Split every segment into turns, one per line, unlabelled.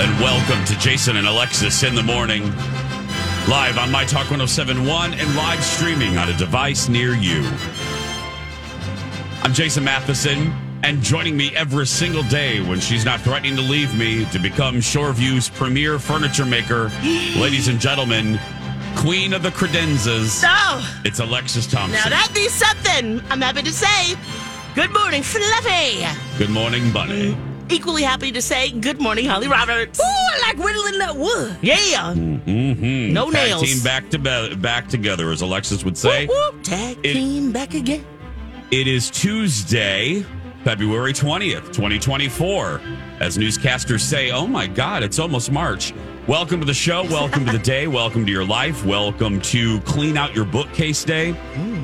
And welcome to Jason and Alexis in the morning, live on My Talk 1071 and live streaming on a device near you. I'm Jason Matheson, and joining me every single day when she's not threatening to leave me to become Shoreview's premier furniture maker, ladies and gentlemen, queen of the credenzas,
Oh,
it's Alexis
now
Thompson.
that'd be something. I'm happy to say, good morning, Fluffy.
Good morning, Bunny.
Mm. Equally happy to say, good morning, Holly Roberts.
Ooh, I like whittling that wood.
Yeah.
Mm-hmm.
No
Tag
nails.
Team back to be- back together, as Alexis would say.
Whoop, whoop. Tag
It-
team back again.
It is Tuesday, February 20th, 2024. As newscasters say, oh my God, it's almost March. Welcome to the show. Welcome to the day. Welcome to your life. Welcome to Clean Out Your Bookcase Day.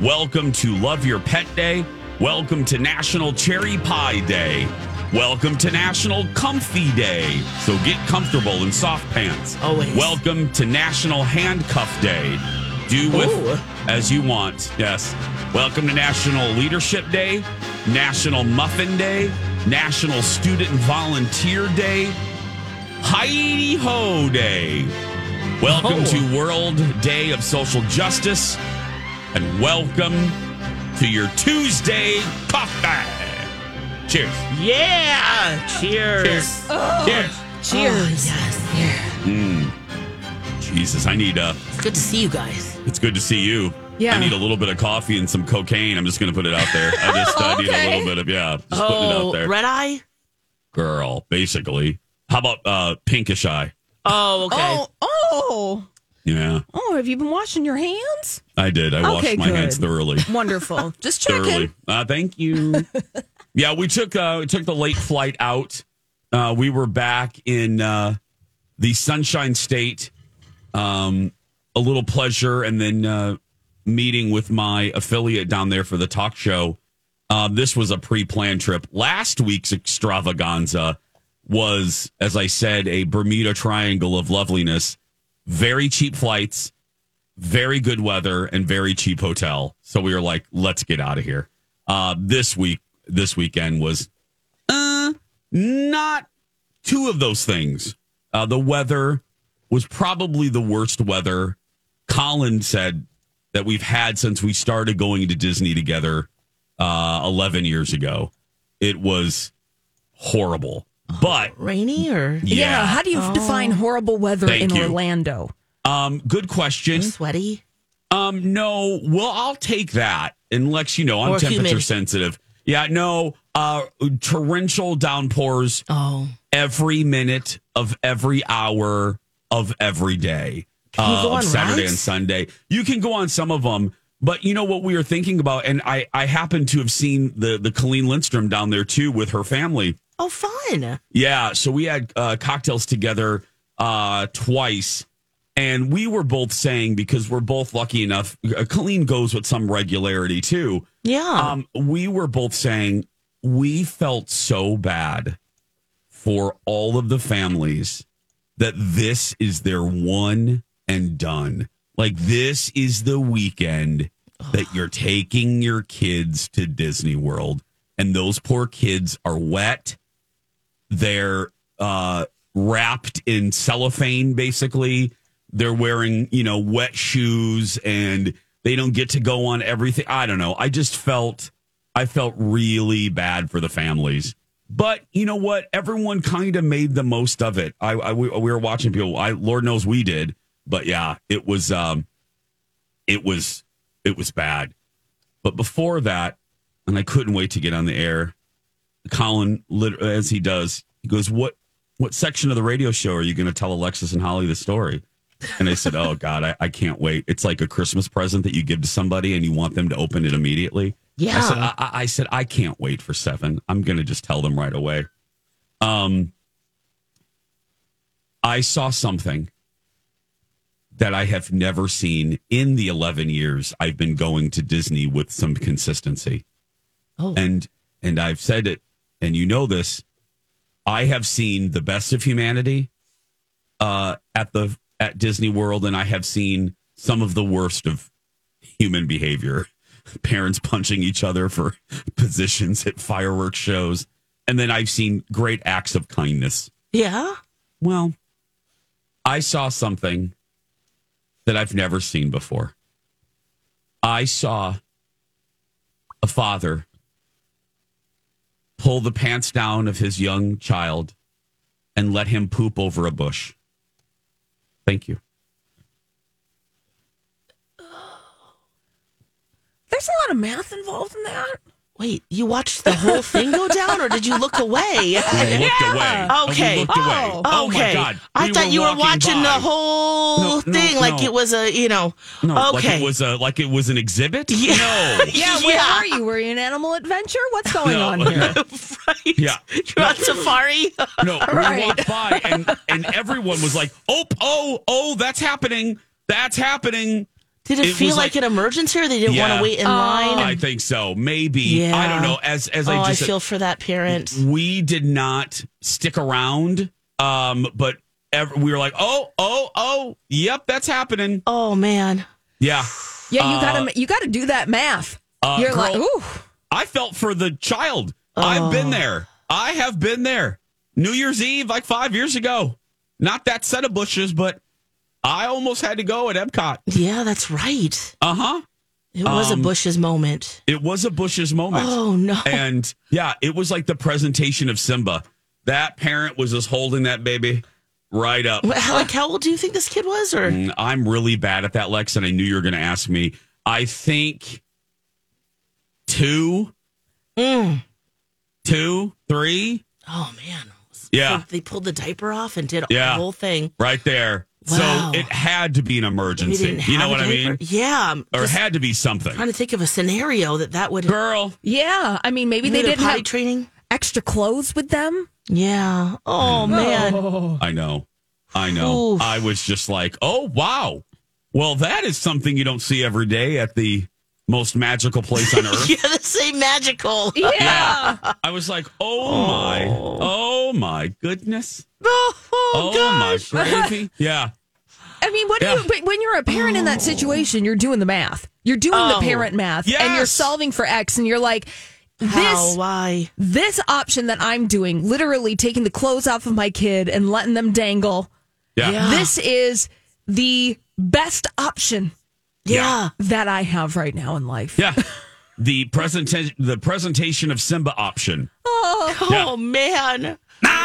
Welcome to Love Your Pet Day. Welcome to National Cherry Pie Day. Welcome to National Comfy Day. So get comfortable in soft pants.
Always.
Welcome to National Handcuff Day. Do with
Ooh.
as you want. Yes. Welcome to National Leadership Day, National Muffin Day, National Student Volunteer Day, Heidi Ho Day. Welcome
Oh.
to World Day of Social Justice, and welcome to your Tuesday coffee. Cheers.
Yeah. Cheers.
Cheers.
Oh.
Cheers.
Cheers. Oh, yes.
Jesus, I need a.
It's good to see you guys.
It's good to see you.
Yeah.
I need a little bit of coffee and some cocaine. I'm just going to put it out there. I just uh, need a
okay.
little bit of yeah. Just putting it out
Oh,
there.
red eye.
girl, basically. How about uh pinkish eye?
Oh, okay.
Oh, oh,
Yeah,
oh! Have you been washing your hands?
I did. I washed
Okay,
my hands
good.
thoroughly.
Wonderful. Just
thoroughly.
checking.
Uh, thank you. yeah, we took uh we took the late flight out. Uh we were back in uh the Sunshine State. Um a little pleasure and then uh meeting with my affiliate down there for the talk show. Um this was a pre-planned trip. Last week's extravaganza was as I said a Bermuda triangle of loveliness. Very cheap flights very good weather and very cheap hotel. So we were like, let's get out of here. Uh, this week, this weekend was uh, not two of those things. Uh, the weather was probably the worst weather. Colin said that we've had since we started going to Disney together uh, 11 years ago. It was horrible. But
Rainy or
Yeah. How do you
Oh.
define horrible weather
Thank
in
you.
Orlando?
um, good question.
sweaty?
Um, no. Well, I'll take that and let you know I'm
Or
temperature
humid.
sensitive. Yeah, no. Uh, torrential downpours
Oh.
every minute of every hour of every day uh,
Can you go
of
on
Saturday
rides?
and Sunday. You can go on some of them, but you know what we were thinking about, and I I happen to have seen the the Colleen Lindstrom down there too with her family.
Oh, fun.
Yeah, so we had uh, cocktails together uh, twice, and we were both saying because we're both lucky enough. uh, Colleen goes with some regularity too.
Yeah.
Um, we were both saying we felt so bad for all of the families that this is their one and done. Like this is the weekend that you're taking your kids to Disney World, and those poor kids are wet. They're uh, wrapped in cellophane, basically. They're wearing, you know, wet shoes and they don't get to go on everything. I don't know. I just felt, I felt really bad for the families. But you know what? Everyone kind of made the most of it. I, I we, we were watching people. I Lord knows we did, but yeah, it was, um, it was, it was bad. But before that, and I couldn't wait to get on the air. Colin, lit- as he does, he goes, "What what section of the radio show are you going to tell Alexis and Holly the story?" And I said, "Oh God, I, I can't wait! It's like a Christmas present that you give to somebody and you want them to open it immediately." I said,
yeah.
I, I- I said, I can't wait for seven. I'm going to just tell them right away. Um, I saw something that I have never seen in the 11 years I've been going to Disney with some consistency.
Oh.
And, and I've said it, and you know this, I have seen the best of humanity uh, at the at Disney World, and I have seen some of the worst of human behavior. Parents punching each other for positions at fireworks shows, and then I've seen great acts of kindness.
Yeah.
Well, I saw something that I've never seen before. I saw a father pull the pants down of his young child and let him poop over a bush. Thank you.
There's a lot of math involved in that.
Wait, you watched the whole thing go down, or did you look away?
We looked away. We
Okay.
looked away.
Oh,
Oh my
okay.
God.
I
We
thought you were
walking
watching the
by.
whole
No, no,
thing like
no.
it was a, you know.
No, like
okay.
it was a like it was an exhibit.
Yeah.
No.
Yeah, where
Yeah.
are you? Were you an animal adventure? What's going
No.
on here?
right.
Yeah.
You're on safari.
No, we
Right.
walked by and, and everyone was like, "Oh, oh, oh, that's happening! That's happening!"
Did it,
It
feel
was
like,
like-
an emergency or they didn't want
Yeah.
to wait in line?
I think so. Maybe
Yeah.
I don't know. As as
oh,
I
I
just said, Mm-hmm.
feel for that parent.
we did not stick around, um, but ev- we were like, "Oh, oh, oh, yep, that's happening."
Oh, man.
Yeah,
Yeah, you gotta you gotta do that math. You're
Uh, girl-
like, ooh,
I felt for the child. I've been there. I have been there. New Year's Eve, like five years ago. Not that set of bushes, but I almost had to go at Epcot.
Yeah, that's right.
Uh huh.
It was a
Um,
Bush's moment.
It was a Bush's moment.
Oh, no.
And yeah, it was like the presentation of Simba. That parent was just holding that baby right up.
Well, like, how old do you think this kid was? Or
And I'm really bad at that, Lex, and I knew you were going to ask me. I think two,
Mm.
two, three,
oh man,
Yeah.
they pulled the diaper off and did
Yeah.
the whole thing.
right there.
Wow.
So it had to be an
We
emergency.
didn't have
You know
a
what I
diaper.
mean?
Yeah, I'm
Or
just
had to be something.
trying to think of a scenario that that would.
Girl,
yeah. I mean, maybe they
Maybe
didn't
potty
have
training.
extra clothes with them.
Yeah.
Mm.
Oh man.
I know. I know.
Oof.
I was just like, oh, wow. Well, that is something you don't see every day at the most magical place on earth.
Yeah, this ain't magical.
Yeah.
I was like, oh, my, oh my goodness.
Oh,
Oh,
gosh.
my gravy. yeah.
I mean, what do
Yeah.
you? But when you're a parent in that situation, you're doing the math. You're doing
Oh.
the parent math, and you're
Yes.
solving for X, and you're like, this
How? Why?
this option that I'm doing, literally taking the clothes off of my kid and letting them dangle.
Yeah.
Yeah.
This is the best option
Yeah.
that I have right now in life.
Yeah. The presentation, the presentation of Simba option.
Oh
Yeah.
man. Ah,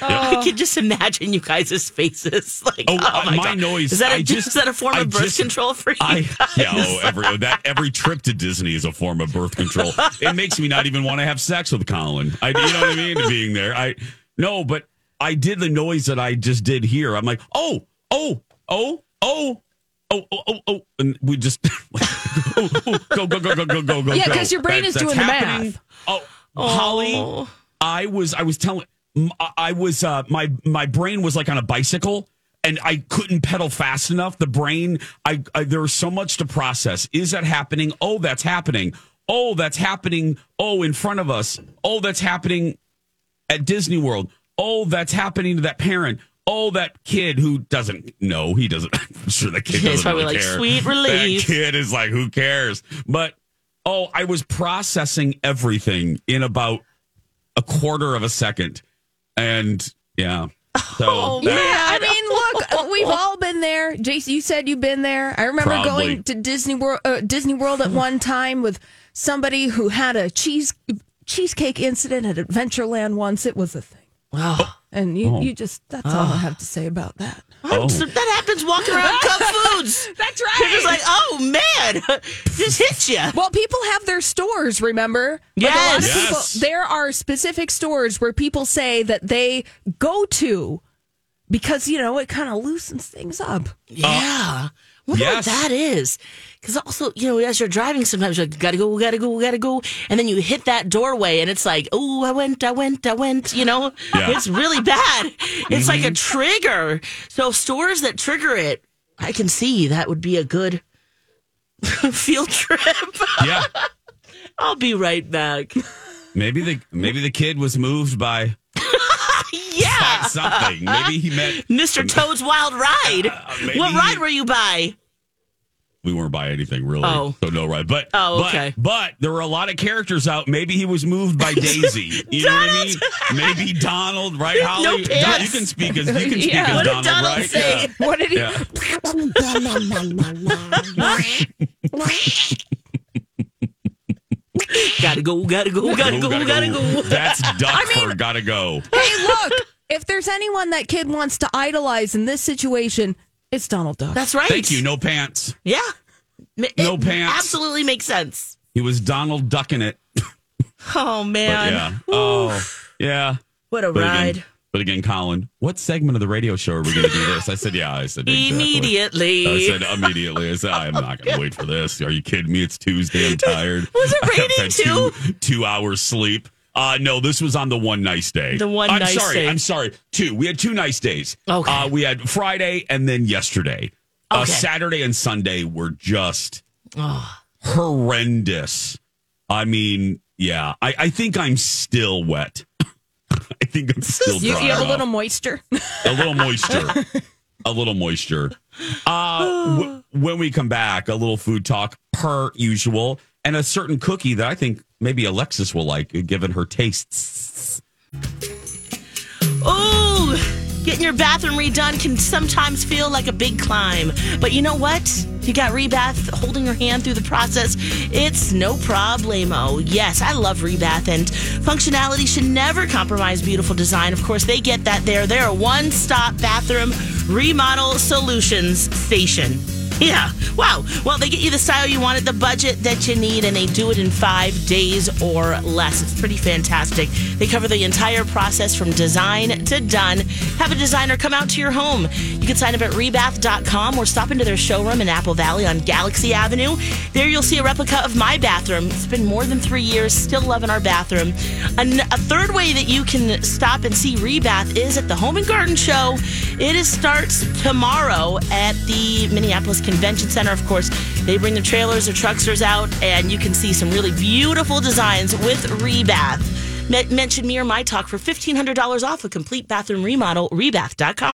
I can just imagine you guys' faces. Like, oh,
Oh,
my,
my
God.
noise,
Is that a
I just-
is that a form
I
of birth
just-
control for you?
I
guys?
yeah, oh, every that every trip to Disney is a form of birth control. It makes me not even want to have sex with Colin. I, you know what I mean? Being there, I no, but I did the noise that I just did here. I'm like, oh, oh, oh, oh, oh, oh, oh, oh, and we just oh, oh, go go go go go go go.
Yeah,
go.
'cause your brain
That-
is
that's
doing the
happening.
math.
Oh, Holly,
Oh.
I was I was telling m- I- I was uh, my my brain was like on a bicycle and I couldn't pedal fast enough. The brain I, I there was so much to process. Is that happening? Oh, that's happening. Oh, that's happening. Oh, in front of us. Oh, that's happening at Disney World. Oh, that's happening to that parent. Oh, that kid who doesn't know. He doesn't. I'm sure the kid
Yeah,
doesn't
he's probably
really
like,
care.
"Sweet
That
relief."
kid is like, who cares? But oh, I was processing everything in about a quarter of a second, and yeah. So
Oh,
Yeah,
that-
I mean, look, we've all been there. Jason, you said you've been there. I remember
Probably.
going to Disney World, uh, Disney World at one time with somebody who had a cheese cheesecake incident at Adventureland once. It was a thing,
Wow.
and you, you just that's all I have to say about that.
Oh.
So that happens walking around Cub Foods.
That's
You're just like, oh man, just hit you.
Well, people have their stores, remember? a lot of
Yes.
Yes.
people, there are specific stores where people say that they go to because, you know, it kind of loosens things up.
Yeah. Wonder
Uh, yes.
what that is. Because also, you know, as you're driving, sometimes you're like, gotta go, gotta go, gotta go. And then you hit that doorway and it's like, oh, I went, I went, I went, you know?
Yeah. Mm-hmm.
It's really bad. It's like a trigger. So stores that trigger it, I can see that would be a good field trip.
yeah.
I'll be right back.
Maybe the maybe the kid was moved by
Yeah.
something. Maybe he met
Mr. Toad's Wild Ride.
Uh, maybe
what
he-
ride were you by?
we weren't by anything really.
Oh.
So no ride. But
Oh,
but-
okay.
But, there were a lot of characters out. Maybe he was moved by Daisy. You know what I mean? Maybe Donald, right, Holly?
No
Don-
pants.
you can speak as you can speak
Yeah.
as
What did
Donald,
Donald
right?
say?
Yeah.
What did he?
Yeah.
Gotta go, gotta go, gotta go, gotta go.
That's Duck
I mean-
for gotta go.
Hey, look! If there's anyone that kid wants to idolize in this situation, it's Donald Duck.
That's right.
Thank you. No pants.
Yeah. Ma-
No
it
pants.
Absolutely makes sense.
He was Donald ducking it.
Oh man.
yeah. Oh. Yeah.
What a
But
ride.
again, but again, Colin, what segment of the radio show are we going to do this? I said, yeah. I said,
E
exactly.
Immediately.
I said immediately. I said, I'm not going to wait for this. Are you kidding me? It's Tuesday. I'm tired.
Was it
I haven't
raining
had Two, two hours sleep. Uh, no, this was on the one nice day.
The one
I'm
nice
sorry.
day.
I'm sorry. Two. We had two nice days.
Okay.
Uh, we had Friday and then yesterday. Uh,
Okay.
Saturday and Sunday were just horrendous. I mean, yeah. I, I think I'm still wet. I think I'm still
you,
dry.
you have a little moisture.
a little moisture, a little moisture. Uh, w- when we come back, a little food talk per usual, and a certain cookie that I think maybe Alexis will like, given her tastes.
Ooh, getting your bathroom redone can sometimes feel like a big climb. But you know what? If you got Rebath holding your hand through the process, it's no problemo. Yes, I love Rebath, and functionality should never compromise beautiful design. Of course, they get that there. They're a one stop bathroom remodel solutions station. Yeah. Wow. Well, they get you the style you want at the budget that you need, and they do it in five days or less. It's pretty fantastic. They cover the entire process from design to done. Have a designer come out to your home. You can sign up at rebath.com or stop into their showroom in Apple Valley on Galaxy Avenue. There you'll see a replica of my bathroom. It's been more than three years, still loving our bathroom. An- a third way that you can stop and see Rebath is at the Home and Garden Show. It is starts tomorrow at the Minneapolis Convention Center. Of course, they bring the trailers, the trucksters out, and you can see some really beautiful designs with Rebath. Me- mention me or my talk for $1,500 off a complete bathroom remodel, rebath.com.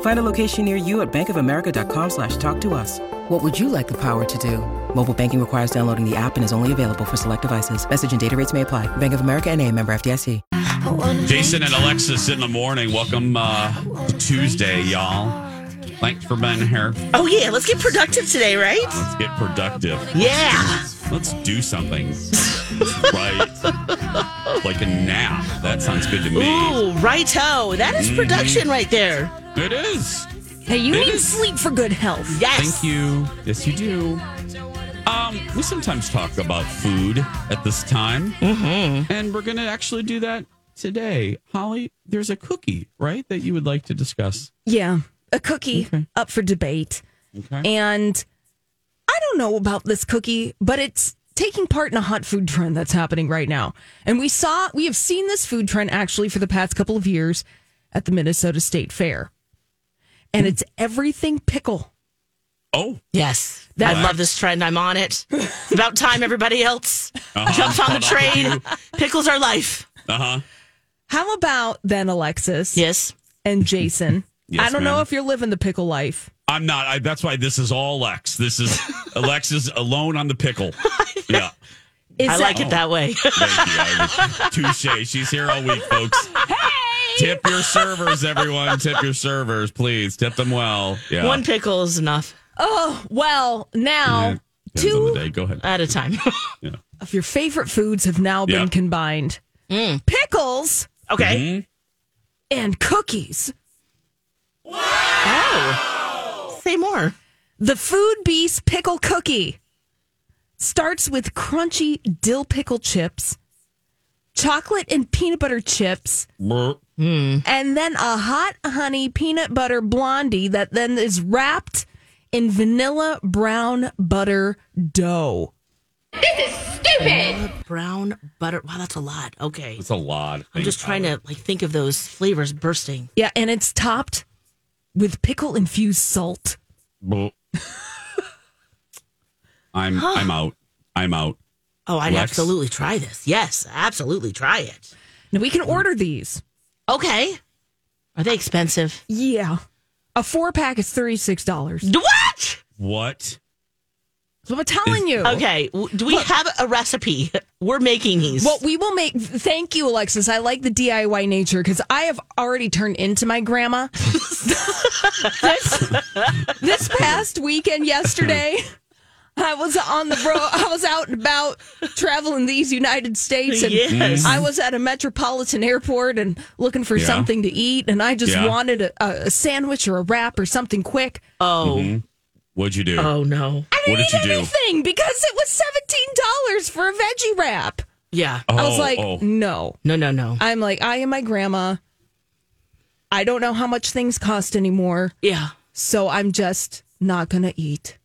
Find a location near you at bankofamerica.com slash talk to us. What would you like the power to do? Mobile banking requires downloading the app and is only available for select devices. Message and data rates may apply. Bank of America and a member FDIC.
Jason and Alexis in the morning. Welcome uh, to Tuesday, y'all. Thanks for being here.
Oh, yeah. Let's get productive today, right?
Let's get productive.
Yeah.
Let's do something. right. Like a nap. That sounds good to me.
Ooh, righto. That
Mm-hmm.
is production right there.
It is.
Hey, you
It
need
is.
sleep for good health.
Yes.
Thank you. Yes, you do. Um, we sometimes talk about food at this time, and we're going to actually do that today. Holly, there's a cookie, right, that you would like to discuss.
Yeah, a cookie
Mm-hmm.
up for debate. And I don't know about this cookie, but it's taking part in a hot food trend that's happening right now. And we saw, we have seen this food trend actually for the past couple of years at the Minnesota State Fair.
Hmm.
And it's everything pickle.
Oh,
Yes.
That-
I love this trend. I'm on it. It's about time everybody else jumps on the train. Pickles are life.
uh huh.
How about then, Alexis
Yes.
and Jason?
Yes,
I don't know
ma'am.
if you're living the pickle life.
I'm not. I, that's why this is all Lex. This is Lex is alone on the pickle. Yeah.
Is
I like it that way.
Thank you. I was- Touche. She's here all week, folks. Hey! Tip your servers, everyone. Tip your servers, please. Tip them well. Yeah.
One pickle is enough
Oh, well, now
Yeah. Depends on the
two
day. Go ahead.
at a time.
of your favorite foods have now been
Yeah. Mm.
combined pickles
okay.
Mhm.
and cookies.
Say more.
The Food Beast Pickle Cookie starts with crunchy dill pickle chips, chocolate and peanut butter chips, and then a hot honey peanut butter blondie that then is wrapped in vanilla brown butter dough.
Brown butter. Wow, that's a lot. Okay.
It's a lot.
I'm just trying to like think of those flavors bursting.
Yeah, and it's topped with pickle infused salt.
I'm I'm out. I'm out.
Oh, I'd
Lex?
absolutely try this. Yes, absolutely try it.
Now we can order these.
Okay. Are they expensive?
Yeah. A four pack is $36.
What?
What?
So I'm telling you.
Okay. w- Do we have a recipe? We're making these.
Well, we will make. Thank you, Alexis. I like the DIY nature because I have already turned into my grandma. this, this past weekend, yesterday, I was on the road. I was out and about traveling these United States, and
Yes.
I was at a metropolitan airport and looking for
Yeah.
something to eat, and I just
Yeah.
wanted a, a sandwich or a wrap or something quick.
oh.
What'd you do?
Oh no.
I
What did
didn't eat
you do?
anything because it was seventeen dollars for a veggie wrap.
Yeah.
Oh,
I was like,
oh.
no.
No, no, no.
I'm like, I am my grandma. I don't know how much things cost anymore,
Yeah.
so I'm just not gonna eat.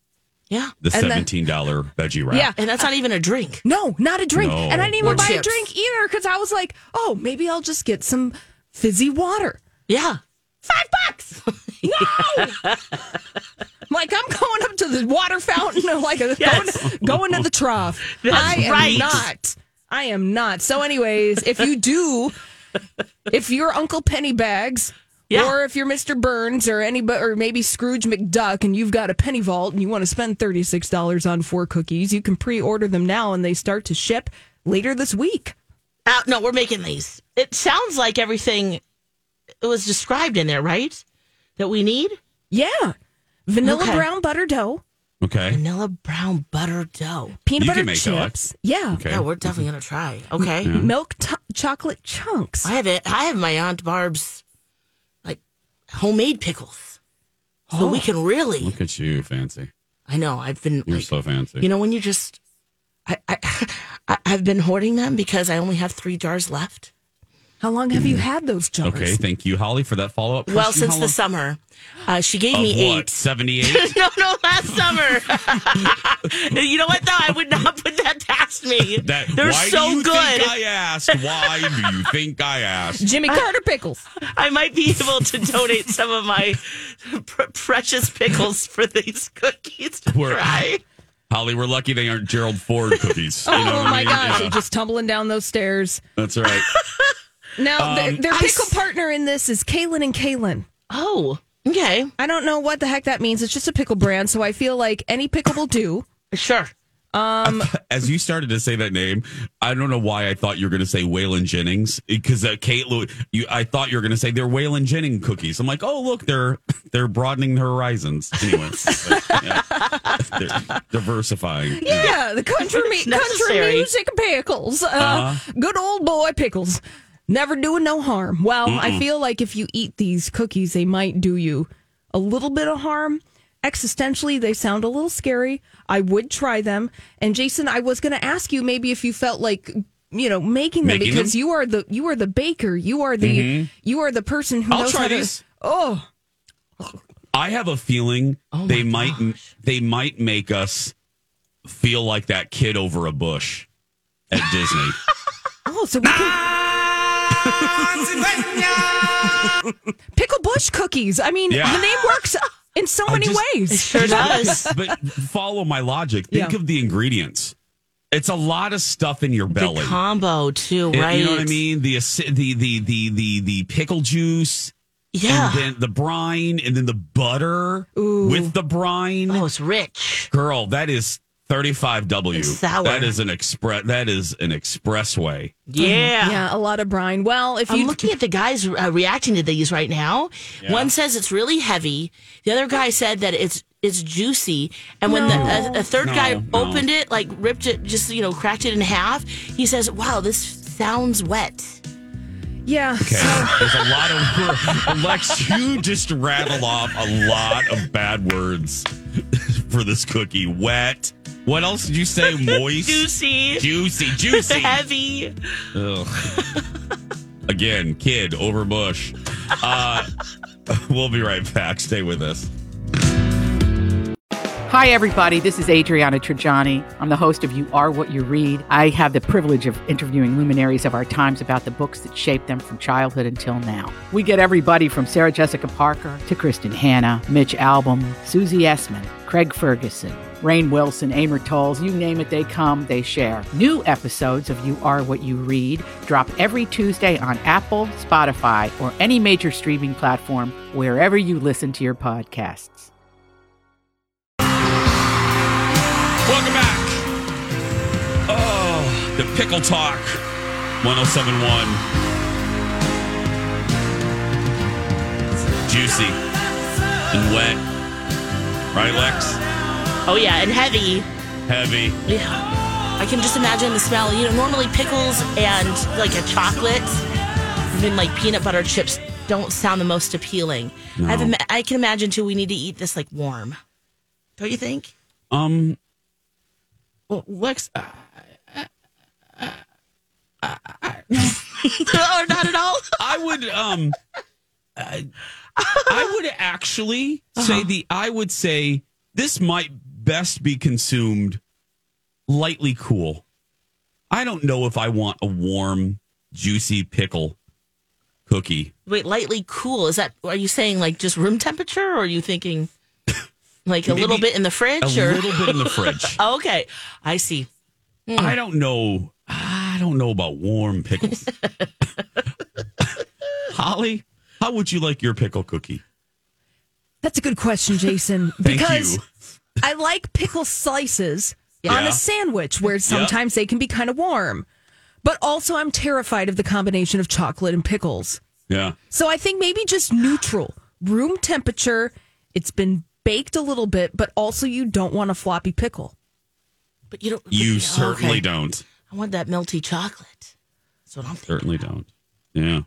Yeah.
the
and then-
seventeen dollar veggie wrap.
Yeah.
And that's not even a drink.
No, not a drink.
No.
And I didn't even
Or
buy
chips.
a drink either because I was like, oh, maybe I'll just get some fizzy water.
Yeah.
Five bucks. No. I'm like I'm going up to the water fountain, like going, going to the trough. I am
right.
not. I am not. So, anyways, if you do, if you're Uncle Pennybags,
Yeah.
or if you're Mr. Burns, or any, or maybe Scrooge McDuck, and you've got a penny vault and you want to spend thirty six dollars on four cookies, you can pre order them now, and they start to ship later this week.
Uh, no, we're making these. It sounds like everything was described in there, right? That we need
Yeah, vanilla
Okay.
brown butter dough,
Okay.
vanilla brown butter dough.
peanut
You can
butter
make that.
chips. Yeah.
Okay.
Yeah, we're definitely gonna try. Okay.
milk t- chocolate chunks.
I have it. I have my aunt Barb's like homemade pickles, so we can really.
Look at you, fancy.
I know. I've been.
Oh. You're
like,
so fancy.
You know when you just, I, I, I, I've been hoarding them because I only have three jars left.
How long have you had those jars?
Mm. okay. Thank you, Holly, for that follow up.
Well, since the summer, uh, she gave
of
me
what?
eight.
Seventy eight.
no, no, last summer. you know what though? I would not put that past me.
That
They're
why do
so
you
good.
Think I asked. Why do you think I asked?
Jimmy Carter pickles.
I might be able to donate some of my pr- precious pickles for these cookies to
We're-
try.
Holly, we're lucky they aren't Gerald Ford cookies. You
Oh,
know what I
my
mean?
gosh,
Yeah,
just tumbling down those stairs.
that's all right.
Now
Um,
th- their
I
pickle
s-
partner in this is Kalen and Kalen.
Oh, okay,
I don't know what the heck that means. It's just a pickle brand, so I feel like any pickle will do.
sure.
As you started to say that name, I don't know why I thought you were going to say Waylon Jennings because uh, Kate, Lew- you, I thought you were going to say they're Waylon Jennings cookies. I'm like, oh look, they're they're broadening the horizons. Anyway, so, yeah. they're diversifying.
Yeah, the country me- country
necessary.
music pickles. Uh,
Uh-huh.
Good old boy pickles. Never doing no harm. Well, I feel like if you eat these cookies, they might do you a little bit of harm. Existentially, they sound a little scary. I would try them. And Jason, I was going to ask you maybe if you felt like you know making them
Making
because
them? Mm-hmm.
you are the you are the baker. You are the you are the person who
I'll
knows
try
how
these.
to. Oh,
I have a feeling they might they might make us feel like that kid over a bush at Disney.
oh, so we can, pickle bush cookies. I mean,
Yeah.
the name works in so
I
many
just-
ways.
Sure does.
but follow my logic. Think
Yeah.
of the ingredients. It's a lot of stuff in your belly.
The combo too,
It-
right?
You know what I mean? The aci- the the the the the pickle juice,
Yeah.
and then the brine, and then the butter with the brine.
oh, it's rich.
Girl, that is thirty five W.
It's sour.
That is an express. That is an expressway.
Yeah.
Yeah, a lot of brine. Well, if
I'm
you
looking at the guys uh, reacting to these right now. One says it's really heavy. The other guy said that it's it's juicy. And when the a, a third
No,
guy
no.
opened it, like ripped it, just you know, cracked it in half, he says, "Wow, this sounds wet."
Yeah.
Okay.
so-
There's a lot of Lex. You just rattle off a lot of bad words for this cookie. Wet. What else did you say? Moist.
Juicy,
Juicy. Juicy.
heavy.
Ugh. Again, kid over bush. Uh, we'll be right back. Stay with us.
Hi, everybody. This is Adriana Trajani. I'm the host of You Are What You Read. I have the privilege of interviewing luminaries of our times about the books that shaped them from childhood until now. We get everybody from Sarah Jessica Parker to Kristen Hanna, Mitch Albom, Susie Essman, Craig Ferguson, Rain Wilson, Amor Tolls, you name it, they come, they share. New episodes of You Are What You Read drop every Tuesday on Apple, Spotify, or any major streaming platform wherever you listen to your podcasts.
Welcome back. Oh, the Pickle Talk 1071. Juicy and wet. Right, Lex?
Oh yeah, and heavy.
Heavy.
Yeah. I can just imagine the smell. You know, normally pickles and like a chocolate, even like peanut butter chips, don't sound the most appealing. I've ima- I can imagine too. We need to eat this like warm. Don't you think?
Um, well, Lex, uh,
or not at all.
I would, um, I, I would actually say the, I would say this might best be consumed lightly cool. I don't know if I want a warm, juicy pickle cookie.
Wait, lightly cool. Is that? Are you saying like just room temperature, or are you thinking like a little
Maybe
bit in the fridge?
A
or
little bit in the fridge.
Oh, okay, I see.
I don't know. I don't know about warm pickles. Holly, how would you like your pickle cookie?
That's a good question, Jason.
Thank
because
you.
I like pickle slices on
Yeah.
a sandwich where sometimes they can be kind of warm. But also, I'm terrified of the combination of chocolate and pickles.
Yeah.
So I think maybe just neutral, room temperature. It's been baked a little bit, but also you don't want a floppy pickle.
But you don't.
You
okay.
certainly don't.
I want that melty chocolate. That's what I'm thinking.
Certainly don't. Yeah.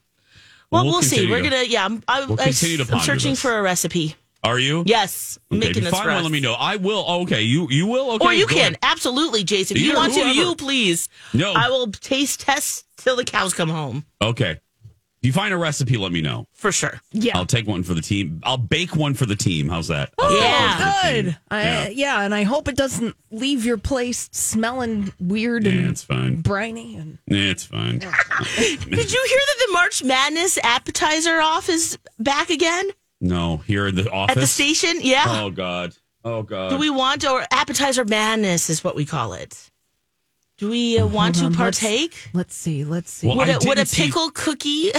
Well, we'll, see.
continue
We're
to-
gonna. Yeah, I'm. I'm,
We'll
I-
continue to
I'm
ponder
searching
this.
for a recipe.
Are you?
Yes, I'm
Okay, if
making
you
this
find
for
one,
us.
let me know. I will. Oh, okay. You you will. Okay.
or you
go
can
ahead.
absolutely, Jason. If you
Either,
want to,
whoever.
you please.
No.
I will taste test till the cows come home
Okay. If you find a recipe, let me know.
for sure.
Yeah.
I'll take one for the team. I'll bake one for the team. How's that? I'll bake
Yeah.
one for the team.
Oh, Good. I,
Yeah.
yeah. and I hope it doesn't leave your place smelling weird
Yeah,
and
it's fine.
briny. And
Yeah, It's fine.
Did you hear that the March Madness appetizer off is back again
No, here in the office.
at the station? Yeah.
Oh God. Oh God.
Do we want or appetizer madness is what we call it? Do we uh, want to
Hold on, let's-
partake?
Let's see. Let's see.
Well,
Would
I
a, would a
didn't see-
pickle cookie?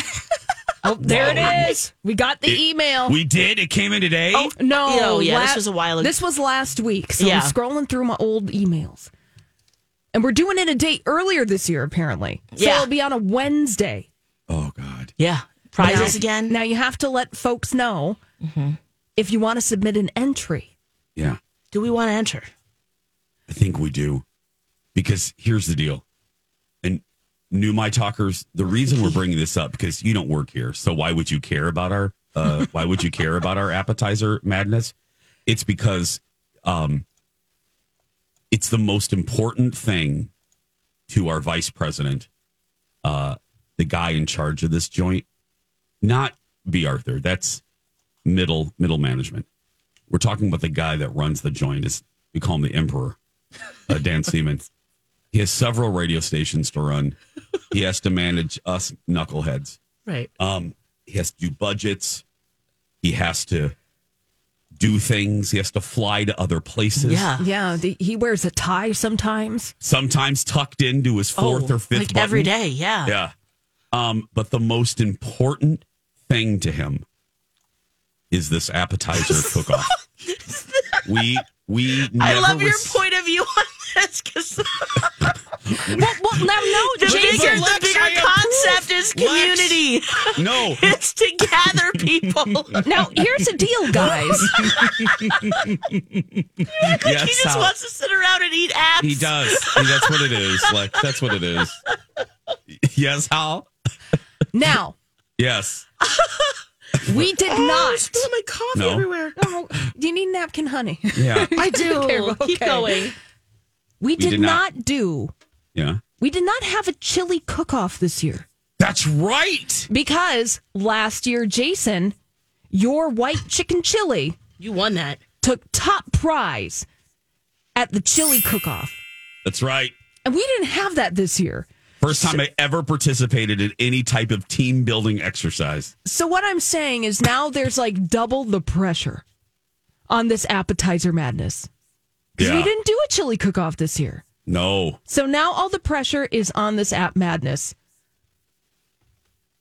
oh, there
Whoa.
it is. We got the
It-
email.
We did. It came in today.
Oh,
No,
Oh, yeah, this was a while ago.
This was last week. So
Yeah.
I'm scrolling through my old emails. And we're doing it a day earlier this year, apparently. So
Yeah.
it'll be on a Wednesday.
Oh God.
yeah. Prizes again. Mm-hmm.
Now you have to let folks know if you want to submit an entry.
Yeah.
Do we want to enter?
I think we do. Because here's the deal. And new my talkers, the reason we're bringing this up because you don't work here, so why would you care about our uh why would you care about our appetizer madness? It's because um it's the most important thing to our vice president, uh the guy in charge of this joint, not B Arthur. That's middle middle management. We're talking about the guy that runs the joint. Is we call him the Emperor, uh, Dan Seaman. He has several radio stations to run. He has to manage us knuckleheads.
Right.
Um, he has to do budgets. He has to do things. He has to fly to other places.
Yeah.
Yeah, the, he wears a tie sometimes.
Sometimes tucked into his fourth
Oh,
or fifth.
like
button.
every day. Yeah.
Yeah. Um, but the most important thing to him is this appetizer cook-off. we we
I
never
love your
rec-
point of view on this because the
Well, well now, no,
bigger,
Jason.
the
Lex, I
bigger
approve.
concept is community.
No,
it's to gather people.
Now, here's the deal, guys.
he
yes,
just
Sal.
wants to sit around and eat apps.
He does. He- that's what it is. Like that's what it is. Yes, Hal.
Now,
Yes.
we did
Oh, I
not.
spilled my coffee
No.
everywhere.
Oh, do you need a napkin, honey?
Yeah.
I do.
Okay, well,
Oh, Keep
okay.
going.
We did,
did
not.
not-
do.
Yeah.
We did not have a chili cook-off this year
That's right.
because last year, Jason, your white chicken chili
You won that.
took top prize at the chili cook-off,
That's right.
and we didn't have that this year.
First time I ever participated in any type of team building exercise.
So what I'm saying is now there's like double the pressure on this appetizer madness because we
Yeah.
didn't do a chili cook-off this year.
No.
So now all the pressure is on this app madness.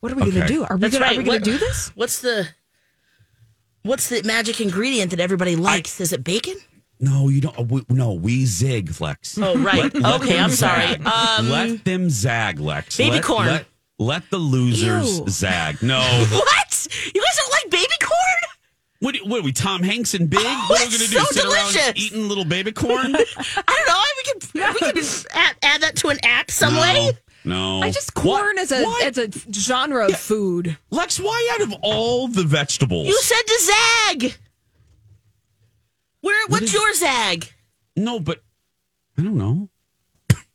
What are we going to
Okay.
do? Are we
That's right.
going
What-
to do this?
What's the What's the magic ingredient that everybody likes? Is it bacon?
No, you don't. uh, We, no, we zig, Lex.
Oh, right. okay,
them
I'm sorry.
zag.
Um,
let them zag, Lex.
Baby
Let-
corn.
Let, let the losers
Ew.
zag. No.
what? You guys don't like baby corn?
What, do- what are we, Tom Hanks and Big? what are we
it's
going to do?
Oh, so
Sit
delicious.
around eating little baby corn?
I don't know. We could we could add, add that to an app some way.
No. no.
I just corn
What?
as a
What?
as a genre of food.
Lex, why out of all the vegetables?
You said to zag. Where? What's your zag?
no, but I don't know.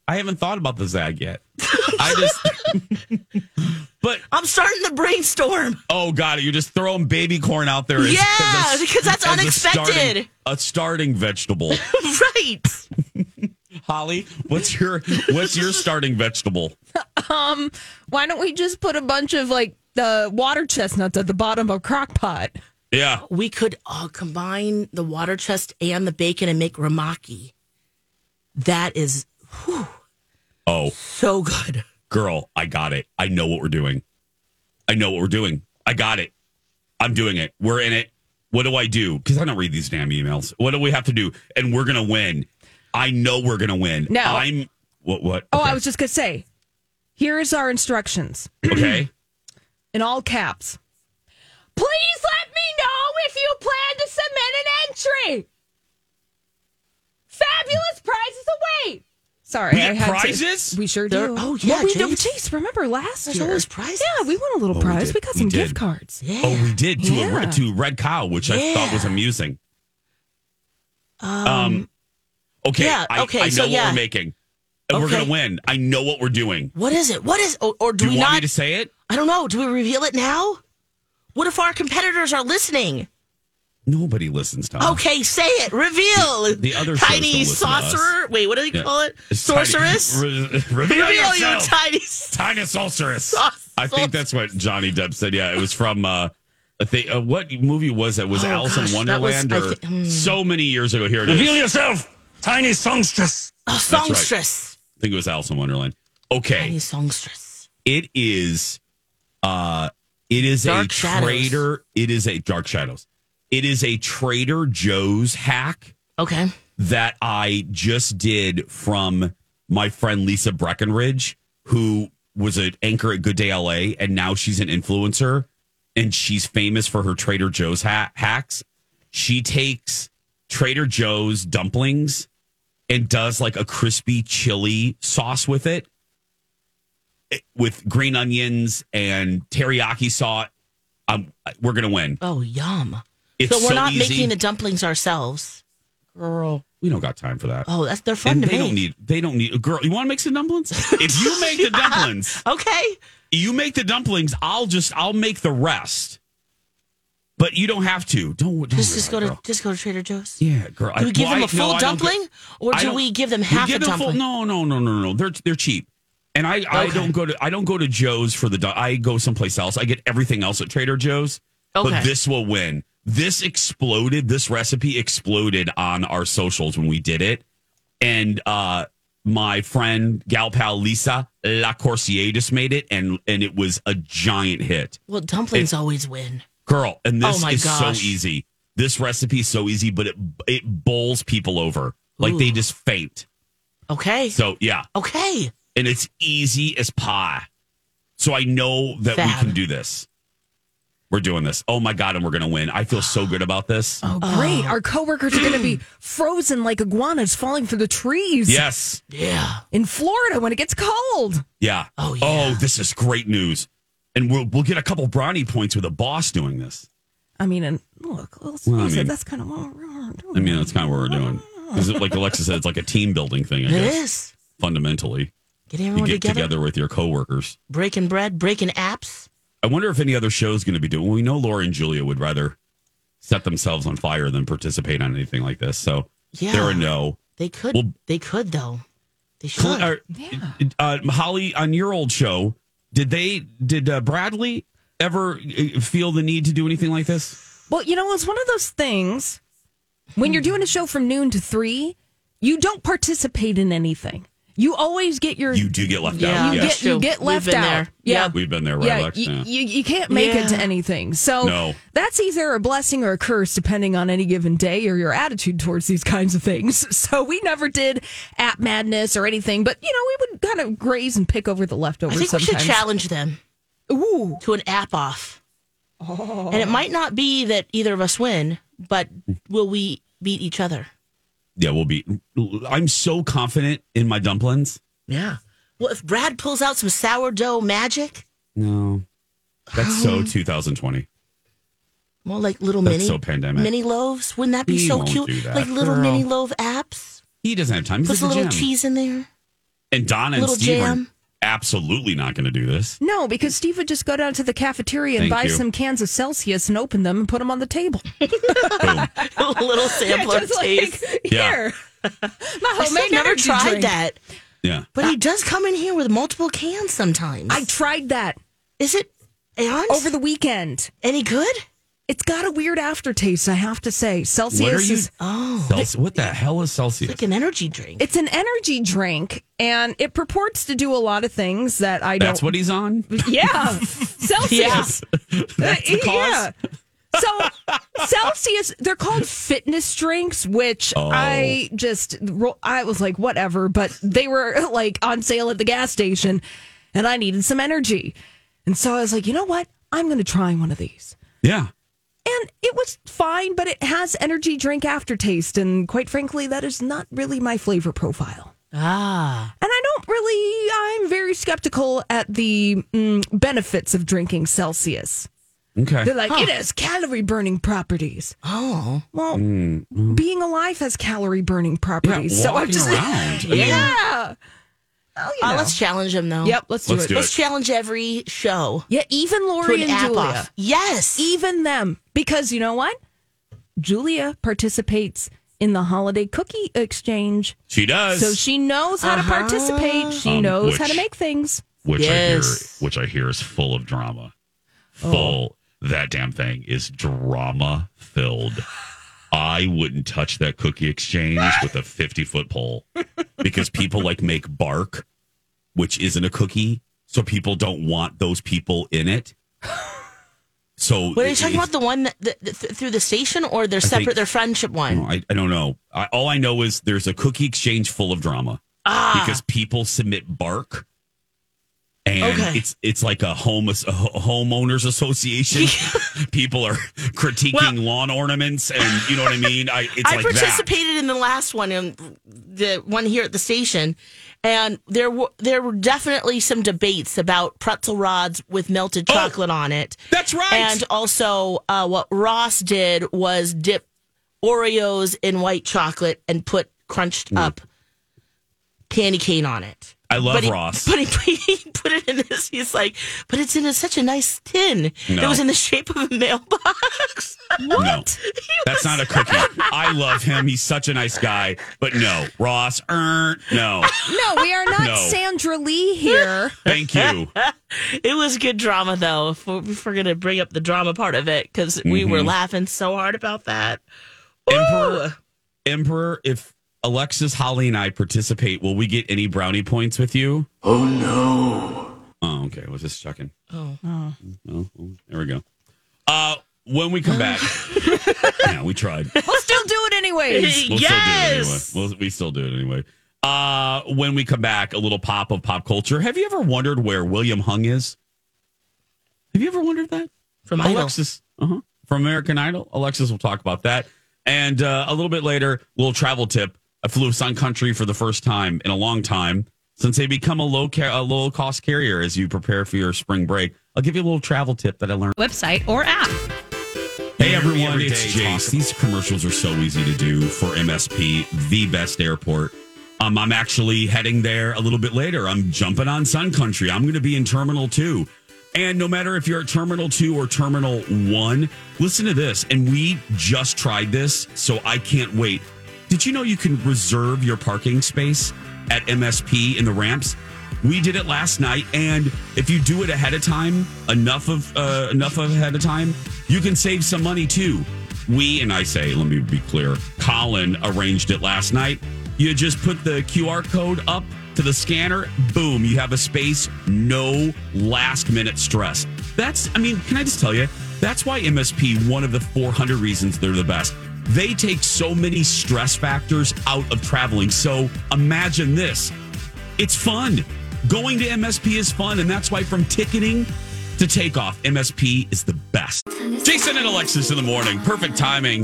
I haven't thought about the zag yet. I just. but
I'm starting to brainstorm.
oh god, you're just throwing baby corn out there. As,
Yeah,
as a-
because that's
as a
unexpected.
starting- A starting, vegetable.
right.
Holly, what's your what's your starting vegetable?
Why don't we just put a bunch of like the water chestnuts at the bottom of a crock pot?
Yeah.
We could uh, combine the water chest and the bacon and make ramaki. That is
Oh,
so good.
girl, I got it. I know what we're doing. I know what we're doing. I got it. I'm doing it. We're in it. What do I do? Because I don't read these damn emails. What do we have to do? And we're gonna win. I know we're gonna win.
No.
I'm what what?
Oh,
okay.
I was just gonna say, here's our instructions
okay.
in all caps. Please let me know if you plan to submit an entry. Fabulous prizes await. Sorry,
We
I
get
had to-
prizes?
we sure
There-
do.
oh, yeah,
Well, we
Jace.
Jace, remember last
There's
year?
always prizes.
Yeah, we won a little
Oh, we
prize. We,
did.
got
We
some
did.
gift cards.
Yeah.
Oh, we did to a
Yeah.
a to Red Cow, which I thought was
Yeah.
amusing. Um, okay,
yeah,
I,
okay,
I know
so
what
yeah.
we're making. And We're
Okay.
gonna win. I know what we're doing.
What is it? What is? Or, or
Do
do,
you
we
want
not?
me to say it?
I don't know. Do we reveal it now? What if our competitors are listening?
Nobody listens to
Okay, say it. Reveal.
Uh. The other shows don't
tiny
listen to us.
sorcerer. Wait, what do they
Yeah.
call it? Sorceress.
Tiny, re- reveal
Reveal your
yourself.
tiny.
Tiny sorceress.
Sorceress.
I think that's what Johnny Depp said. Yeah, it was from uh, I think uh, what movie was that? Was
Oh,
Alice in
gosh, that
Wonderland
was- I
or
thi- hmm.
so many years ago? Here it is.
Reveal yourself, tiny songstress.
Oh,
right.
songstress.
I think it was Alice in Wonderland. Okay,
Tiny songstress.
it is. Uh, it is a
Dark Shadows.
traitor. It is a Dark Shadows. It is a Trader Joe's hack.
Okay.
that I just did from my friend Lisa Breckenridge, who was an anchor at Good Day LA, and now she's an influencer, and she's famous for her Trader Joe's ha- hacks. She takes Trader Joe's dumplings and does like a crispy chili sauce with it, it- with green onions and teriyaki sauce. Um, we're gonna win.
Oh, yum.
It's
so we're not
easy.
making the dumplings ourselves. Girl.
We don't got time for that.
Oh, that's they're fun
and
to
they
make.
don't need. They don't need. Girl, you want to make some dumplings? if you make the dumplings,
okay.
you make the dumplings. I'll just. I'll make the rest. But you don't have to. Don't. don't
Just
worry
just go
about it,
to
girl.
just go to Trader Joe's.
Yeah, girl.
Do we give them
a
a full dumpling or do we give them half a dumpling?
no, no, no, no, no. They're they're cheap. And I, I
Okay.
don't go to I don't go to Joe's for the du- I go someplace else. I get everything else at Trader Joe's.
Okay.
But this will win. This exploded. This recipe exploded on our socials when we did it. And uh my friend gal pal Lisa La Corsier just made it and and it was a giant hit.
Well, dumplings always win.
Girl, and
Oh
this
my
is
gosh.
so easy. This recipe is so easy, but it it bowls people over. Like they just faint.
Okay.
So yeah,
Okay.
and it's easy as pie. So I know that
Fab.
we can do this. We're doing this. Oh my god, and we're gonna win. I feel so good about this.
Oh, great. Our coworkers are going to
Oh.
be frozen like iguanas falling from the trees
Yes.
Yeah.
in Florida when it gets cold.
Yeah.
Oh, yeah.
Oh, this is great news. and we'll we'll get a couple brownie points with a boss doing this.
I mean, and look, let's
Well, I
face it,
mean-
that's kind of what we're doing.
I mean, that's kind of what we're doing.
Oh.
'Cause it- like Alexa said, it's like a team building thing. I
It
guess
is.
fundamentally,
Get
you
everyone
get
together.
together with your coworkers.
Breaking bread, breaking apps.
I wonder if any other show's going to be doing. We know Laura and Julia would rather set themselves on fire than participate on anything like this. So
Yeah.
they're a no.
They could.
Well-
they could though. They should.
Cl- or- uh, Holly, on your old show, did they did uh, Bradley ever uh, feel the need to do anything like this?
Well, you know, it's one of those things when you're doing a show from noon to three, you don't participate in anything. You always get your
You do get left
Yeah.
out.
you
Yes.
get you
True.
get
We've
left
been
out.
there.
Yeah.
Yeah.
We've been there, right,
yeah,
Lex?
you,
Yeah.
you, you can't make it to
Yeah.
anything. So
No.
that's either a blessing or a curse, depending on any given day or your attitude towards these kinds of things. So we never did app madness or anything, but you know we would kind of graze and pick over the
I
leftovers.
think we
sometimes.
should challenge them
Ooh,
to an app off.
Oh.
And it might not be that either of us win, but will we beat each other?
yeah, we'll be. I'm so confident in my dumplings.
Yeah. Well, if Brad pulls out some sourdough magic,
No, that's so 2020.
well, like little
That's
mini
so pandemic.
mini loaves, wouldn't that be
He
so
won't
cute?
do that,
like little
girl.
mini loaf apps.
He doesn't have time. He's
Put
at
a
the
little
gym.
cheese in there.
And Donna and
Little
Steve are
jam.
absolutely not going to do this.
no, because Steve would just go down to the cafeteria and
Thank
buy
you.
some cans of Celsius and open them and put them on the table.
Boom.
a little sampler
Just like, oh,
taste.
Yeah.
here, my
I still
homemade
never
energy
tried
drink.
that.
Yeah.
But he does come in here with multiple cans sometimes.
I tried that
Is it Aaron's?
over the weekend.
any good?
It's got a weird aftertaste, I have to say. Celsius
What are you?
is
Oh,
Celsius, what the hell is Celsius?
like an energy drink.
it's an energy drink and it purports to do a lot of things that I don't
That's what he's on.
Yeah. Celsius. Uh, Yeah. So Celsius, they're called fitness drinks, which
Oh.
I just ro- I was like whatever, but they were like on sale at the gas station, and I needed some energy, and so I was like, you know what, I'm going to try one of these,
Yeah.
and it was fine, but it has energy drink aftertaste, and quite frankly, that is not really my flavor profile.
Ah,
And I don't really, I'm very skeptical at the mm, benefits of drinking Celsius.
Okay.
They're like, it has calorie burning properties.
oh,
Well,
Hmm.
being alive has calorie burning
Yeah,
properties. so I'm
walking
just,
around. I mean,
yeah. Well, you
Uh,
know.
let's challenge him though.
Yep, let's do
Let's
it.
do
Let's challenge every show
Yeah, even
to
Lori
an
and
app
Julia. E-
off. Yes,
Even them. Because you know what? Julia participates in the holiday cookie exchange.
She does.
So she knows how to participate. She
Uh-huh. Um,
knows how to
which-
make things.
which
Yes. Oh.
I hear, which I hear is full of drama. Full. That damn thing is drama filled. I wouldn't touch that cookie exchange with a fifty foot pole because people like make bark, which isn't a cookie, so people don't want those people in it. So
What are you
it-
talking
it's-
about? The one that, that, th- through the station or their separate,
think-
their friendship
No,
one?
I, I don't know. I, all I know is there's a cookie exchange full of drama
Ah.
because people submit bark, and
Okay.
it's it's like a home a homeowners association. people are critiquing lawn ornaments, and you know what I mean. I it's
I
like that.
participated in the last one, in the one here at the station, and there were there were definitely some debates about pretzel rods with melted
Oh.
chocolate on it.
That's right.
And also, uh, what Ross did was dip Oreos in white chocolate and put crunched
Mm.
up candy cane on it.
I love
but he,
Ross.
But he, he put it in this. He's like, but it's in a, such a nice tin. It
No.
was in the shape of a mailbox.
No, that's not a cookie. I love him. He's such a nice guy. But no, Ross. Er, no.
No, we are not
No.
Sandra Lee here.
Thank you.
It was good drama, though. If we're, if we're going to bring up the drama part of it, because we were laughing so hard about that.
Mm-hmm. Emperor, Emperor, if Alexis, Holly, and I participate, will we get any brownie points with you? Oh no. Oh, okay. I was just checking. Oh. Well, well, there we go. Uh when we come back. yeah, we tried. We'll
We'll still do it anyways.
still
yes.
do it anyway. We'll, we still do it anyway. Uh when we come back, a little pop of pop culture. Have you ever wondered where William Hung is? Have you ever wondered that?
From Idol.
Alexis uh-huh. from American Idol. Alexis will talk about that. And uh, a little bit later, little travel tip. I flew Sun Country for the first time in a long time since they become a low, ca- a low cost carrier as you prepare for your spring break. I'll give you a little travel tip that I learned.
website or app.
Hear
Hey
me
everyone,
every
it's
day
Jace.
talk
These commercials are so easy to do for MSP, the best airport. Um, I'm actually heading there a little bit later. I'm jumping on Sun Country. I'm going to be in Terminal 2. And no matter if you're at Terminal 2 or Terminal 1, listen to this. And we just tried this, so I can't wait. Did you know you can reserve your parking space at MSP in the ramps? We did it last night, and if you do it ahead of time, enough of uh, enough of ahead of time, you can save some money too. We and I say, let me be clear. Colin arranged it last night. You just put the QR code up to the scanner. Boom, you have a space. No last minute stress. That's. I mean, can I just tell you? That's why MSP. One of the 400 reasons they're the best. They take so many stress factors out of traveling. So imagine this. It's fun. Going to MSP is fun, and that's why from ticketing to takeoff, MSP is the best. Jason and Alexis in the morning. Perfect timing.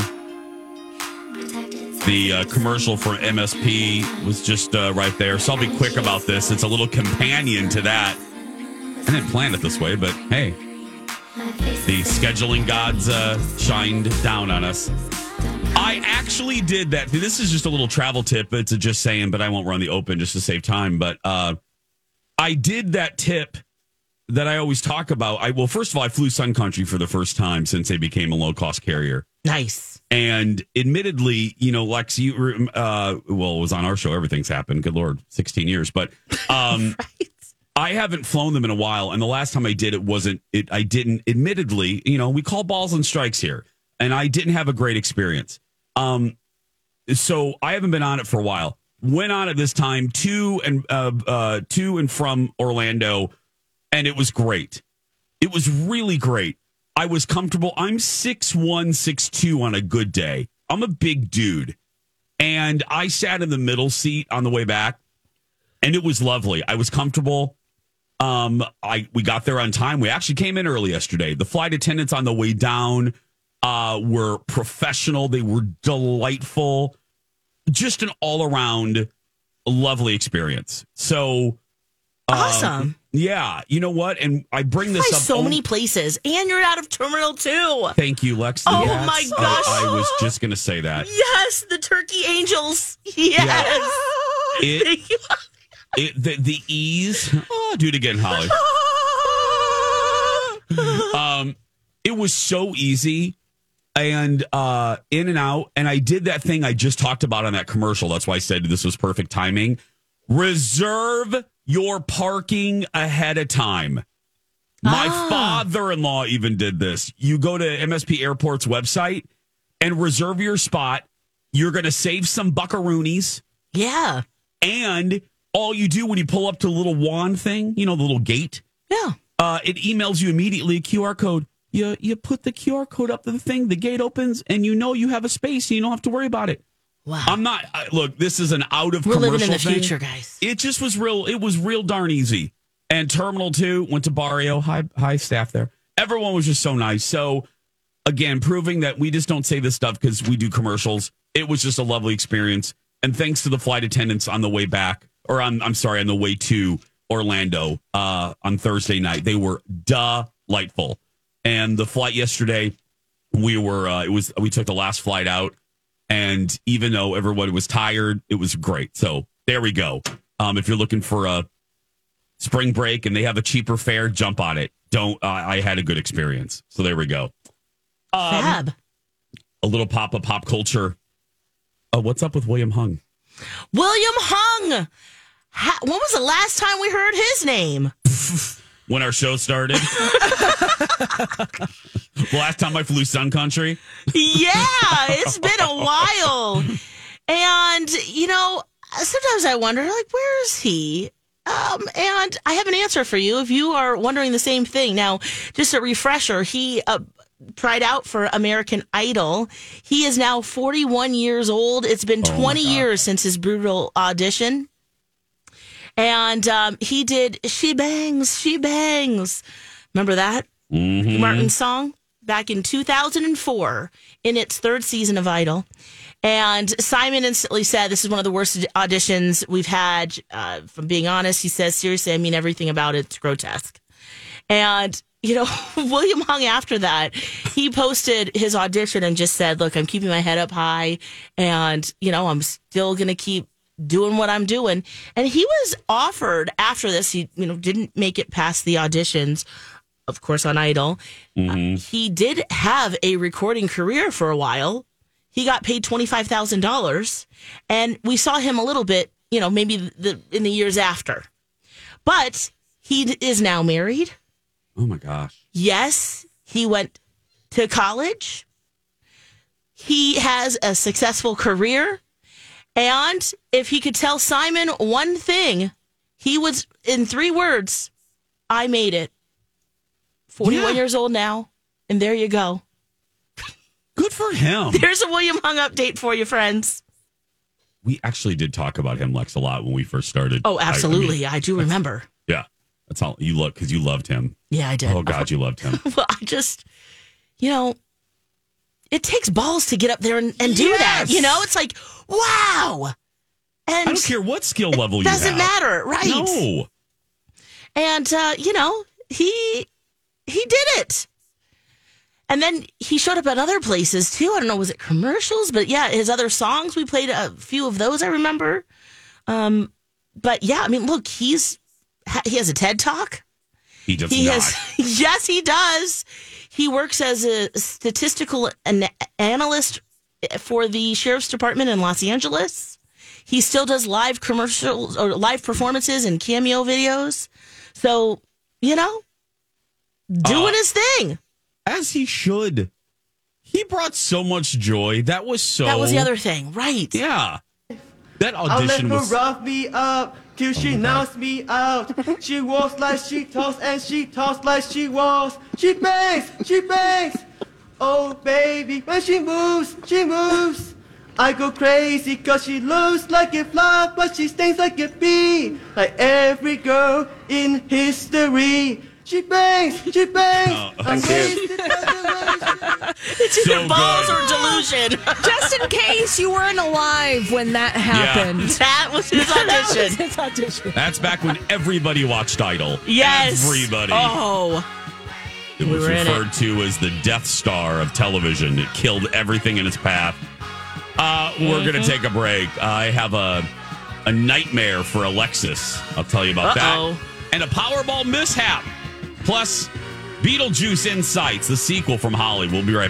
The uh, commercial for MSP was just uh, right there. So I'll be quick about this. It's a little companion to that. I didn't plan it this way, but hey, the scheduling gods uh, shined down on us. I actually did that. This is just a little travel tip. It's a just saying, but I won't run the open just to save time. But uh, I did that tip that I always talk about. I well, first of all, I flew Sun Country for the first time since they became a low cost carrier.
Nice.
And admittedly, you know, Lex, you were, uh, well, it was on our show. Everything's happened. Good Lord, 16 years. But um, I haven't flown them in a while. And the last time I did, it wasn't, it, I didn't, admittedly, you know, we call balls and strikes here. And I didn't have a great experience. Um, so I haven't been on it for a while. Went on it this time to and uh, uh, to and from Orlando, and it was great. It was really great. I was comfortable. I'm 6'1, 6'2 on a good day. I'm a big dude. And I sat in the middle seat on the way back, and it was lovely. I was comfortable. Um, I we got there on time. We actually came in early yesterday. The flight attendants on the way down uh, were professional. They were delightful. Just an all around lovely experience. So um,
Awesome.
yeah, you know what? And I bring this
By
up
so
only-
many places, and you're out of Terminal 2.
Thank you, Lex.
Oh
Yes.
my
I-
gosh.
I, was just gonna say that.
Yes, the turkey angels. Yes.
It, it the, the ease. Oh, do it again, Holly. Um, it was so easy and uh in and out. And I did that thing I just talked about on that commercial. That's why I said this was perfect timing. Reserve your parking ahead of time. My
Ah.
father in law even did this. You go to MSP Airport's website and reserve your spot. You're going to save some buckaroonies.
yeah.
And all you do when you pull up to the little wand thing, you know, the little gate,
Yeah.
uh, it emails you immediately a QR code. You, you put the QR code up to the thing, the gate opens, and you know you have a space and you don't have to worry about it.
Wow.
I'm not, I, look, this is an out of
We're
commercial
living in the
thing.
future, guys.
It just was real. It was real darn easy. And Terminal Two went to Barrio. High high staff there. Everyone was just so nice. So again, proving that we just don't say this stuff because we do commercials. It was just a lovely experience. And thanks to the flight attendants on the way back, or on, I'm sorry, on the way to Orlando uh, on Thursday night, they were delightful. And the flight yesterday, we were uh, it was we took the last flight out and even though everyone was tired it was great so there we go um, if you're looking for a spring break and they have a cheaper fare jump on it don't uh, i had a good experience so there we go
Fab.
a little pop of pop culture uh, what's up with william hung
William Hung. Ha- when was the last time we heard his name?
when our show started last time i flew sun country
yeah, it's been a while. And, you know, sometimes I wonder, like, where is he? Um, and I have an answer for you if you are wondering the same thing. Now, just a refresher, he uh, tried out for American Idol. He is now 41 years old. It's been 20 years since his brutal audition. And um, he did She Bangs, She Bangs. Remember that? Martin song back in 2004 in its third season of Idol. And Simon instantly said, This is one of the worst auditions we've had. Uh, from being honest, he says, Seriously, I mean everything about it. It's grotesque. And you know, William hung after that. He posted his audition and just said, Look, I'm keeping my head up high and, you know, I'm still going to keep doing what I'm doing. And he was offered after this, he, you know, didn't make it past the auditions, of course, on Idol. Uh, he did have a recording career for a while. He got paid $25,000. And we saw him a little bit, you know, maybe the, in the years after. But he d- is now married.
Oh my gosh.
Yes, he went to college. He has a successful career. And if he could tell Simon one thing, he was in three words, I made it. 41 years old now. And there you go.
Good for him.
There's a William Hung update for you, friends.
We actually did talk about him, Lex, a lot when we first started.
Oh,
I- I mean,
absolutely. I, do remember.
yeah. That's all you love because you loved him.
Yeah, I did.
Oh God, you loved him.
Well, I just, you know, it takes balls to get up there and, and do that.
Yes!
You know, it's like, wow. And
I don't care what skill level you have.
doesn't matter, right?
No.
And uh, you know, he he did it. And then he showed up at other places too. I don't know, was it commercials? But yeah, his other songs we played a few of those. I remember. Um, but yeah, I mean, look, he's ha- he has a TED talk.
He does
He
not.
has yes, he does. He works as a statistical an- analyst for the sheriff's department in Los Angeles. He still does live commercials or live performances and cameo videos. So you know, doing
Uh,
his thing.
As he should. He brought so much joy. That was so
That was the other thing, right?
Yeah. That
I let
audition
her
was
rough me up till she knocks me out. She walks like she talks and she talks like she walks. She bangs, she bangs. Oh baby, when she moves, she moves. I go crazy cause she looks like a fly, but she stings like a bee. Like every girl in history. She bangs, she bangs.
Oh.
I'm wasted by the way she
uh, so
Balls
good.
or delusion.
Just in case you weren't alive when that happened.
that was his audition.
That's back when everybody watched Idol.
yes.
Everybody.
Oh.
It was
were in it.
referred to as the Death Star of television. It killed everything in its path. Uh, we're
Mm-hmm.
going to take a break. I have a a nightmare for Alexis. I'll tell you about
Uh-oh.
that. And a Powerball mishap. Plus, Beetlejuice Insights, the sequel from Holly. We'll be right